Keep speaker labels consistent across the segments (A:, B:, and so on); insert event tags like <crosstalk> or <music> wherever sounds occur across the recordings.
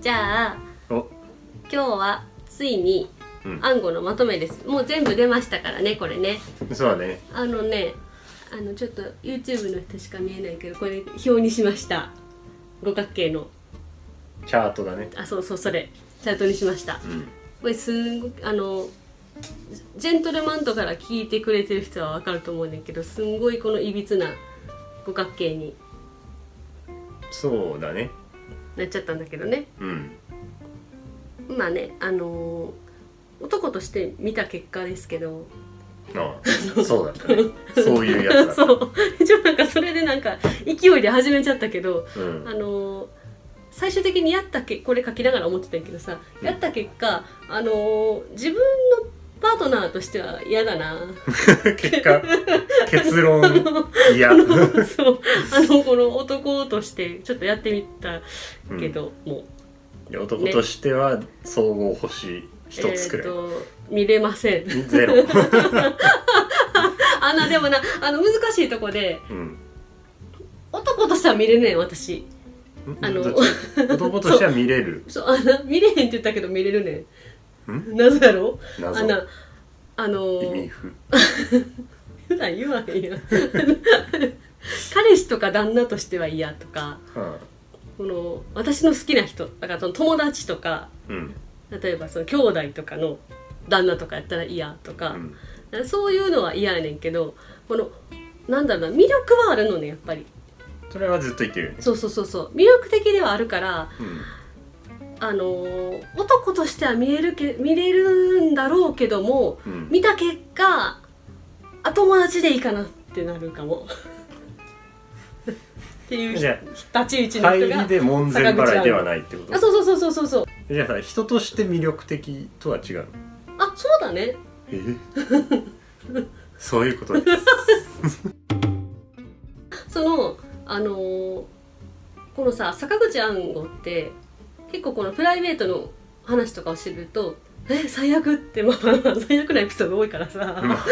A: じゃあ
B: お
A: 今日はついに
B: うん
A: 暗号のまとめですもう全部出ましたからねこれね
B: そうだね
A: あのねあのちょっと YouTube の人しか見えないけどこれ表にしました五角形の
B: チャートだね
A: あそうそうそれチャートにしました
B: うん
A: これすんごくあのジェントルマントから聞いてくれてる人はわかると思うんだけどすんごいこのいびつな五角形に
B: そうだね
A: なっちゃったんだけどね
B: うん
A: まあねあのー男として見た結果ですけど
B: ああそうだった
A: <laughs>
B: ねそういうやつだっ
A: そう一応なんかそれでなんか勢いで始めちゃったけど
B: たうん
A: あのー最終的にやったけこれ書きながら思ってたんやけどさ
B: うん
A: やった結果、あのー自分のパートナーとしては嫌だな
B: <laughs> <laughs> 結果結論い
A: <laughs>
B: や
A: そうあのこの男としてちょっとやってみたけど、もう
B: いや男としては総合星一つくらい、
A: えーと見れません <laughs>
B: ゼロ、
A: あのでもなあの難しいとこで
B: うん、
A: 男としては見れねえ私あの
B: どっち男としては見れ
A: <laughs>
B: る
A: そうあの見れへんって言ったけど見れるね
B: ん
A: んなぜだろうあ
B: 謎
A: のあの
B: 意味不
A: 普段言わへんやん <laughs> 彼氏とか旦那としては嫌とか
B: う
A: この私の好きな人だからその友達とか
B: んうん
A: 例えばその兄弟とかの旦那とかやったら嫌と
B: う
A: か、
B: ん
A: そういうのは嫌やねんけどこのなんだろうな魅力はあるのねやっぱり
B: それはずっと言ってるよね
A: そうそうそうそう魅力的ではあるから
B: うん
A: あのー男としては見えるけ見れるんだろうけども
B: うん
A: 見た結果あ友達でいいかなってなるかも <laughs> っていう
B: じゃ
A: 立ち位置の
B: 入
A: 人
B: り
A: が
B: で門前払いではないってこと
A: あそうそうそうそうそうそう
B: じゃあさ人として魅力的とは違うの
A: あそうだね
B: えそういうことです
A: そのあのーこのさ坂口安吾って結構このプライベートの話とかを知るとえ最悪ってまあまあ最悪なエピソード多いからさ、
B: まあ
A: っ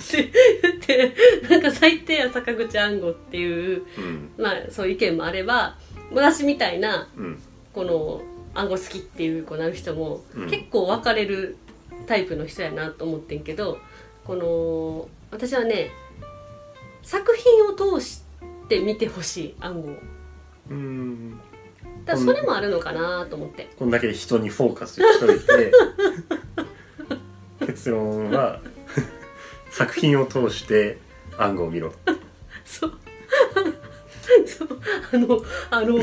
A: て言ってなんか最低や坂口安吾っていう
B: うん
A: まあそういう意見もあれば私みたいな
B: うん
A: この暗号好きっていう子なる人も、
B: うん
A: 結構分かれるタイプの人やなと思ってんけどこの私はね作品を通して見てほしい暗号
B: うん
A: だからそれもあるのかなと思って、
B: こんだけ人にフォーカスしといて結論は <laughs> 作品を通して暗号を見ろ
A: そう <laughs> そうあのあの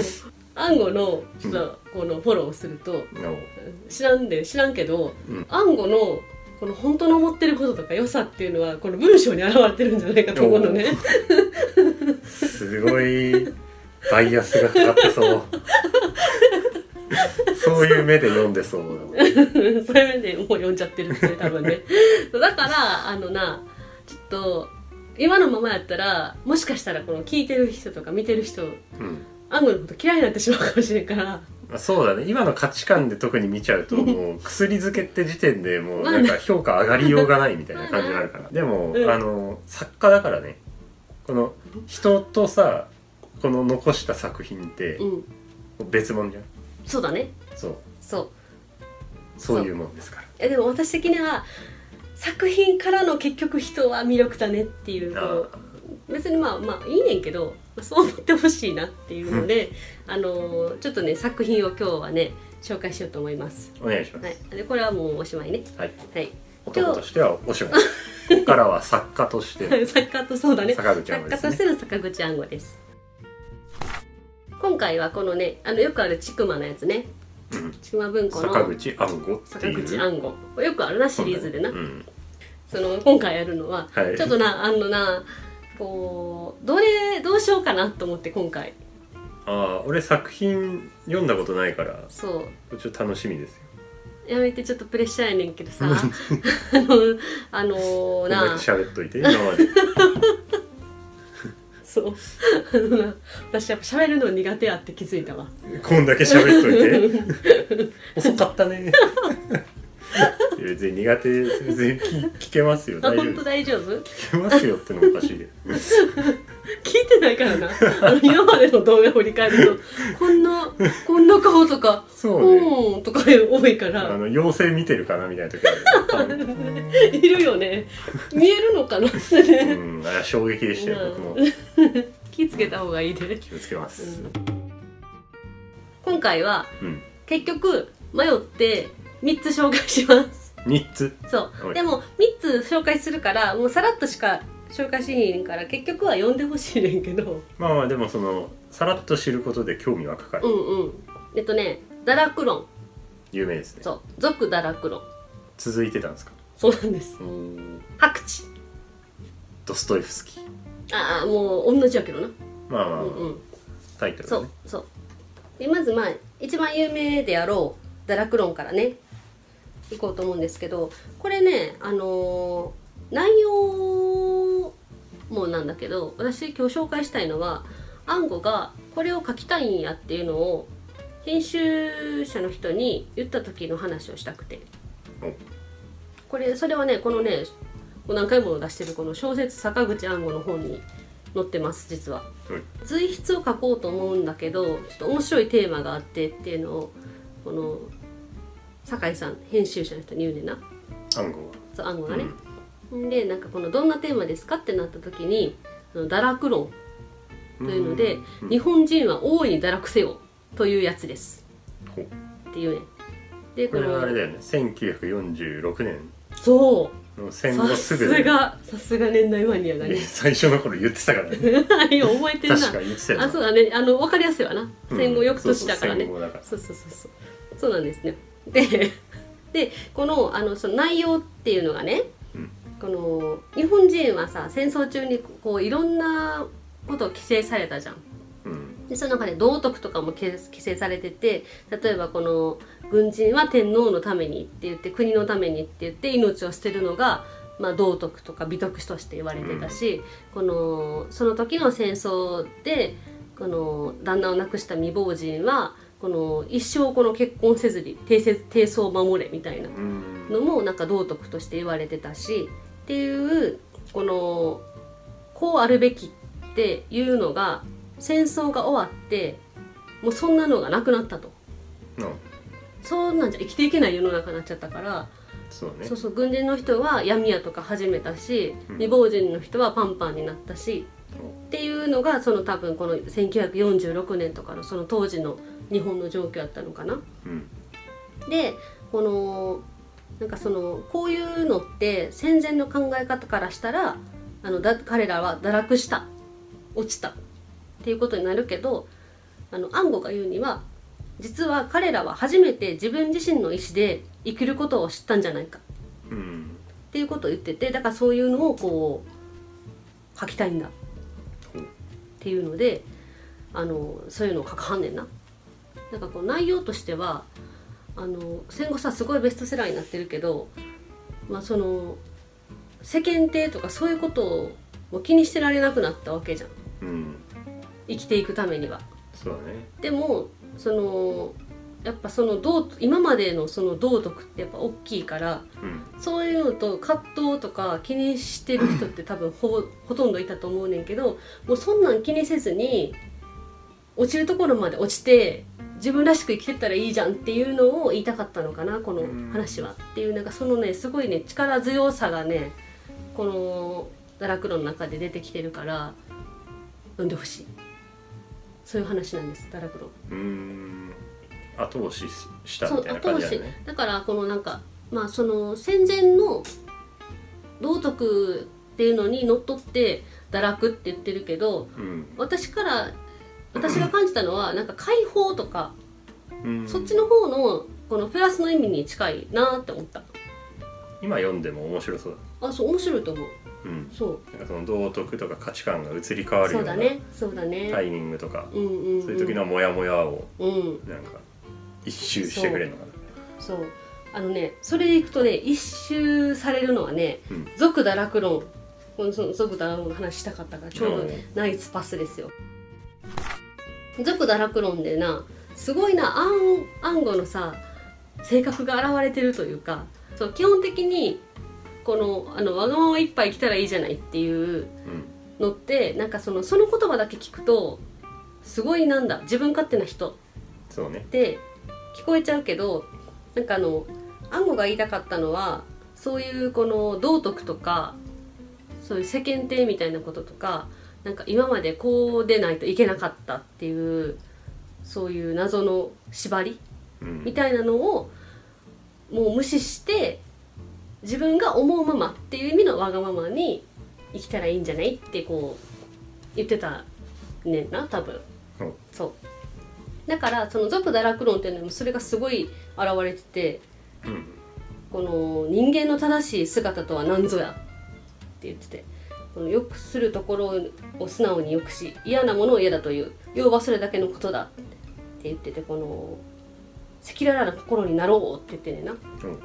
A: 暗号のちょっとこのフォローをすると
B: の
A: 知らんで知らんけど
B: うん
A: 暗号のこの本当の思ってることとか良さっていうのはこの文章に表れてるんじゃないかと思うのね。
B: すごいバイアスがかかってそうそういう目で読んでそうだ
A: うん <laughs> そういう面でもう読んじゃってるってね多分
B: <laughs>
A: ねだからあのなちょっと今のままやったらもしかしたらこの聞いてる人とか見てる人
B: もん、うん
A: アンゴのこと嫌いになってしまうかもしれんから
B: まあ、そうだね今の価値観で特に見ちゃうともう薬漬けって時点でもう
A: まあ
B: な
A: ね
B: んか評価上がりようがないみたいな感じがあるからでも、
A: うん
B: あの作家だからねこの人とさこの残した作品って
A: うん
B: 別物じゃん
A: そうだね
B: そう
A: そう
B: そういうもんですから
A: えでも私的には作品からの結局人は魅力だねっていうこ
B: あ
A: う別にまあまあいいねんけどまあそう思ってほしいなっていうので、あのーちょっとね作品を今日はね紹介しようと思います。
B: お願いします
A: はい、でこれはもうおしまいね。
B: はい
A: はい <laughs>
B: 男としてはおしまいここからは作家としての
A: 作家とそうだね
B: 坂口ちゃん
A: 作
B: は
A: 家と
B: です
A: し
B: ね
A: ての坂口安吾です今回はこのねあのよくあるちくまのやつね
B: うん
A: ちくま文庫の
B: 坂口暗号って
A: 坂
B: いう
A: 口安吾よくあるなシリーズでな、
B: うん
A: その今回やるのは、
B: はい
A: ちょっとなあのなこうどれどうしようかなと思って今回
B: ああー俺作品読んだことないから
A: そう
B: これちょっと楽しみです
A: や
B: よ
A: めてちょっとプレッシャーやねんけどさ <laughs> あのあの
B: こんだけ
A: な
B: 喋っといて今まで
A: そう <laughs> あのな私やっぱ喋るの苦手やって気づいたわ
B: こんだけ喋っといて
A: <laughs>
B: 遅かったねいや別に苦手別に
A: <laughs>
B: 聞聞けますよ
A: あ
B: 大丈
A: 本当
B: 夫
A: 大丈夫 <laughs>
B: 聞けますよってのもおかしいけど
A: 聞いてないからなあの今までの動画を振
B: <laughs>
A: り返るとこんなこんな顔とか
B: そうね
A: うんとか多いか
B: あ
A: ら
B: の妖精見てるかなみたいな時
A: <laughs>
B: ある
A: いるよね見えるのかな <laughs>
B: うんあれは衝撃でしたよ僕も
A: うん気つけた方がいいで
B: 気をつけます
A: 今回は
B: うん
A: 結局迷って3つ紹介します
B: 3つ
A: そ
B: は
A: う
B: い
A: でも3つ紹介するからもうさらっとしか紹介しへんから結局は読んでほしいねんけど
B: まあまあでもそのさらっと知ることで興味はかか
A: う
B: る
A: んうんえっとね「堕落論
B: 有名です」ね
A: そう「俗堕落論
B: 続いてたんですか」
A: そうなんです「白痴
B: ドストエフスキー」
A: ああもう同じやけどな
B: まあまあ
A: う
B: まあ
A: んうん
B: タイトル
A: そ
B: だ
A: う
B: ね
A: そうでまずまあ一番有名であろう堕落論からね行こうと思うんですけどこれねあのー内容もなんだけど私今日紹介したいのは暗号がこれを書きたいんやっていうのを編集者の人に言った時の話をしたくて
B: お
A: これそれはねこのねもう何回も出してるこの小説「坂口暗号」の本に載ってます実は。随筆を書こうと思うんだけどちょっと面白いテーマがあってっていうのをこの酒井さん編集者の人に言うねんな
B: 暗号
A: そう暗号
B: は
A: がね。でなんかこの「どんなテーマですか?」ってなった時に「あの堕落論
B: うん
A: というので
B: うん
A: 日本人は大いに堕落せよ」というやつです
B: ほう
A: っていうねで
B: これはあれだよね1946年
A: そ
B: の
A: う
B: 戦後
A: さ
B: す
A: す
B: ぐで
A: がさすが年代マニアが
B: え
A: ね <laughs>
B: 最初の頃言ってたからね
A: よう覚えてるな
B: 確か言ってたよな
A: あそうだねあの分かりやすいわな
B: うん
A: 戦後翌年だからね、
B: そうそう戦後だか
A: <laughs>
B: ら
A: そうそうそうそうそうなんですねで <laughs> でこのあのその内容っていうのがね、
B: うん
A: この日本人はさ戦争中にこういろんなことを規制されたじゃん
B: うん
A: でその中で道徳とかもけ規制されてて例えばこの軍人は天皇のためにって言って国のためにって言って命を捨てるのが、まあ、道徳とか美徳として言われてたし、このその時の戦争でこの旦那を亡くした未亡人はこの一生この結婚せずに定せ定層を守れみたいな
B: うん
A: のもなんか道徳として言われてたしっていうこのこうあるべきっていうのが戦争が終わってもうそんなのがなくなったと
B: の
A: そんなんじゃ生きていけない世の中になっちゃったから
B: そうね
A: そうそう軍人の人は闇屋とか始めたし
B: うん
A: 未亡人の人はパンパンになったしっていうのがその多分この1946年とかのその当時の日本の状況だったのかな。
B: うん
A: でこのなんかそのこういうのって戦前の考え方からしたらあのだ彼らは堕落した落ちたっていうことになるけどあの暗号が言うには実は彼らは初めて自分自身の意思で生きることを知ったんじゃないか
B: うん
A: っていうことを言っててだからそういうのをこう書きたいんだっ
B: ほう
A: ていうのであのそういうのを書かはんねんな。なんかこう内容としてはあの戦後さすごいベストセラーになってるけど、まあ、その世間体とかそういうことをもう気にしてられなくなったわけじゃん
B: うん
A: 生きていくためには。
B: そうだね
A: でもそのやっぱその道今までのその道徳ってやっぱ大きいから
B: うん
A: そういうのと葛藤とか気にしてる人って多分ほぼほとんどいたと思うねんけどもうそんなん気にせずに落ちるところまで落ちて自分らしく生きてったらいいじゃんっていうのを言いたかったのかなこの話はっていうなんかそのねすごいね力強さがねこの「堕落論」の中で出てきてるから読んでほしいそういう話なんです堕落論。
B: うん後押ししした
A: そう
B: みたいな感じだよね
A: だからこのなんかまあその戦前の道徳っていうのにのっとって堕落って言ってるけど
B: うん
A: 私から私が感じたの
B: <clears throat>
A: はなんか解放とか
B: うん
A: そっちの方のこのプラスの意味に近いなって思った
B: 今読んでも面白そうだ
A: あそう面白いと思う
B: うん
A: そう
B: なんかその道徳とか価値観が移り変わ
A: そ
B: るよ
A: う
B: う
A: だ
B: な
A: ねそうだね、
B: タイミングとか
A: うんうん、うん、
B: そういう時のモヤモヤを
A: うん
B: なんか一周してくれるのかな
A: そうあのねそれでいくとね一周されるのはね
B: うん
A: 「俗堕落論」このその俗堕落論の話したかったからちょうど
B: うん
A: ナイスパスですよ。俗堕落論でなすごいな暗暗号のさ性格が現れてるというかそう基本的にこのあのわがままいっぱい来たらいいじゃないっていう
B: うん
A: のってなんかそのその言葉だけ聞くとすごいなんだ自分勝手な人
B: そうね
A: って聞こえちゃうけどなんかあの安吾が言いたかったのはそういうこの道徳とかそういう世間体みたいなこととかなんか今までこうでないといけなかったっていうそういう謎の縛り
B: うん
A: みたいなのをもう無視して自分が思うままっていう意味のわがままに生きたらいいんじゃないってこう言ってたねんな多分
B: うん
A: そうだからその俗堕落論っていうのにもそれがすごい現れてて
B: うん
A: この人間の正しい姿とは何ぞやって言っててこのよくするところを素直によくし嫌なものを嫌だという要はそれだけのことだって言っててこの赤裸々な心になろうって言ってんねんな
B: うん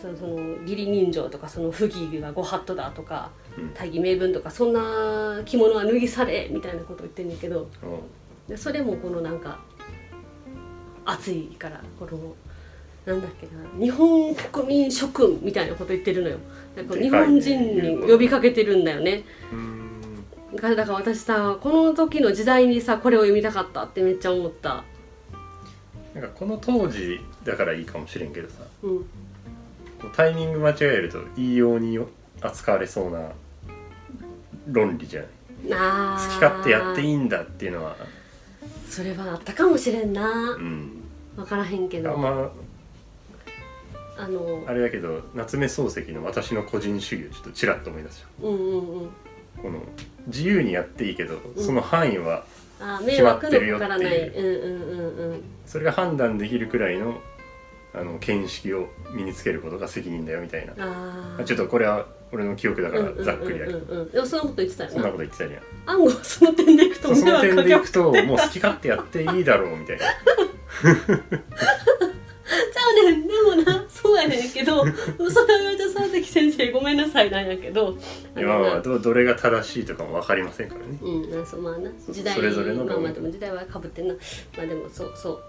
A: そのその義理人情とかその不義がご法度だとか
B: うん
A: 大義名分とかそんな着物は脱ぎ去れみたいなこと言ってんねんけど
B: うん
A: でそれもこのなんか熱いからこのなんだっけな日本国民諸君みたいなこと言ってるのよなんか日
B: でかい
A: 本
B: ね
A: 人に呼びかけてるんだよね
B: うん
A: だからだから私さこの時の時代にさこれを読みたかったってめっちゃ思った
B: なんかこの当時だからいいかもしれんけどさ
A: うん
B: こうタイミング間違えるといいように扱われそうな論理じゃない
A: あ
B: 好き
A: ー
B: 勝手やっていいんだっていうのは
A: それはあったかもしれんな
B: うん
A: 分からへんけ
B: あん
A: ど
B: ま
A: あの
B: あれだけど夏目漱石の「私の個人主義」をちょっとちらっと思い出した
A: うんうんうん
B: この自由にやっていいけど
A: うん
B: その範囲は
A: あー迷
B: 決まっ
A: 惑
B: て
A: の
B: るよ
A: か
B: ってい
A: か
B: う
A: らないうんうんうんうん
B: それが判断できるくらいのあの見識を身につけることが責任だよみたいな
A: あ
B: あちょっ
A: と
B: とこれは俺の記憶だからざっくりだけど
A: でもそんなこと言ってたよ
B: そん
A: な
B: なこと言ってたりゃ
A: 暗号はその点でいくと
B: そ
A: 迷
B: の
A: 惑
B: 点
A: か
B: で
A: け
B: い
A: ま
B: く
A: す
B: ともう好き勝手やっていいだろう
A: <laughs>
B: みたいな
A: ちゃうねんでもなそうやねんけどそれはじゃ沢崎先生ごめんなさいなんやけどあ
B: 今
A: のな
B: はどどれが正しいとかも分かりませんからね
A: うんあそうまあな
B: そう
A: 時代
B: それぞれの
A: まあまあ
B: 論
A: でも時代はかぶってんなまあでもそうそう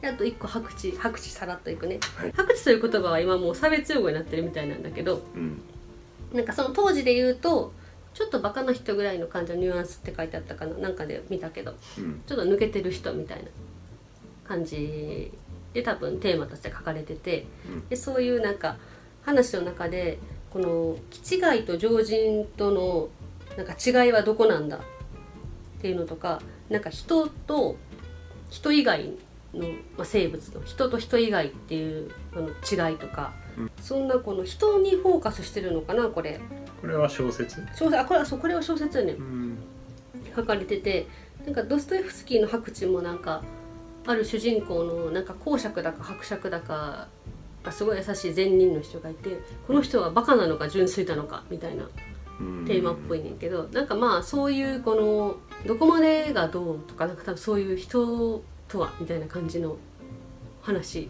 A: であと一個白痴白痴さらっといくね、
B: はい
A: 白痴という言葉は今もう差別用語になってるみたいなんだけど
B: うん
A: なんかその当時で言うとちょっとバカな人ぐらいの感じのニュアンスって書いてあったかななんかで見たけど
B: うん
A: ちょっと抜けてる人みたいな感じで多分テーマとして書かれてて
B: うん
A: でそういうなんか話の中でこの「気違いと常人とのなんか違いはどこなんだ」っていうのとかなんか人と人以外の、まあ、生物の人と人以外っていうのの違いとか、
B: うん
A: そんなこの人にフォーカスしてるのかなこれ
B: これは小説
A: 小説あこれはそうこれは小説やねん
B: うん
A: 書かれててなんかドストエフスキーの「白痴」もなんかある主人公のなんか公爵だか伯爵だかがすごい優しい善人の人がいてこの人はバカなのか純粋なのかみたいな
B: うん
A: テーマっぽいねんけどなんかまあそういうこのどこまでがどうとかなんか多分そういう人とはみたいな感じの話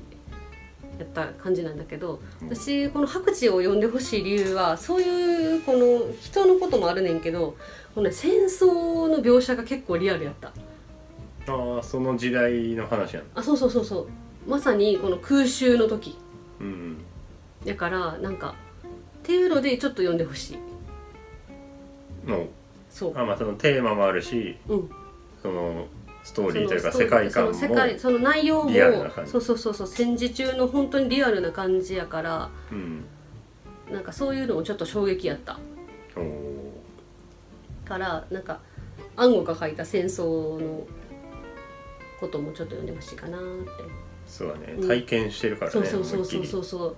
A: やった感じなんだけど
B: うん
A: 私この「白痴」を読んでほしい理由はそういうこの人のこともあるねんけどこの、ね、戦争の描写が結構リアルやった
B: ああその時代の話なんだ
A: あそうそうそうそうまさにこの空襲の時
B: うん
A: だからなんかっていうのでちょっと読んでほしい
B: の
A: そう
B: あまあそのテーマもあるし
A: うん
B: そのストーリーというか
A: その
B: 世界観も
A: そう世界その内容も
B: リアルな感じ
A: そうそうそうそう戦時中の本当にリアルな感じやから
B: うん
A: なんかそういうのもちょっと衝撃やった
B: おー
A: からなんか暗号が書いた戦争のこともちょっと読んでほしいかなって、
B: そうだね
A: うん
B: 体験してるからね
A: そうそうそうそうそうそう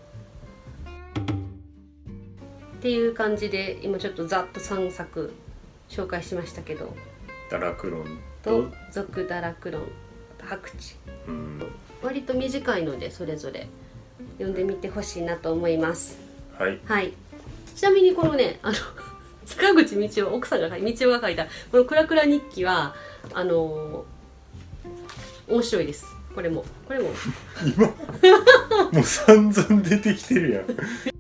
A: っていう感じで今ちょっとざっと3作紹介しましたけど
B: 堕落論
A: と
B: と
A: 「俗堕落論」あと「白痴」
B: うん
A: 割と短いのでそれぞれ読んでみてほしいなと思います
B: はい
A: はいちなみにこのねあの <laughs> 坂口道夫奥さんが書い道夫が書いたこの「くらくら日記は」あのー面白いですこれもこれも
B: 今もう散々出てきてるやん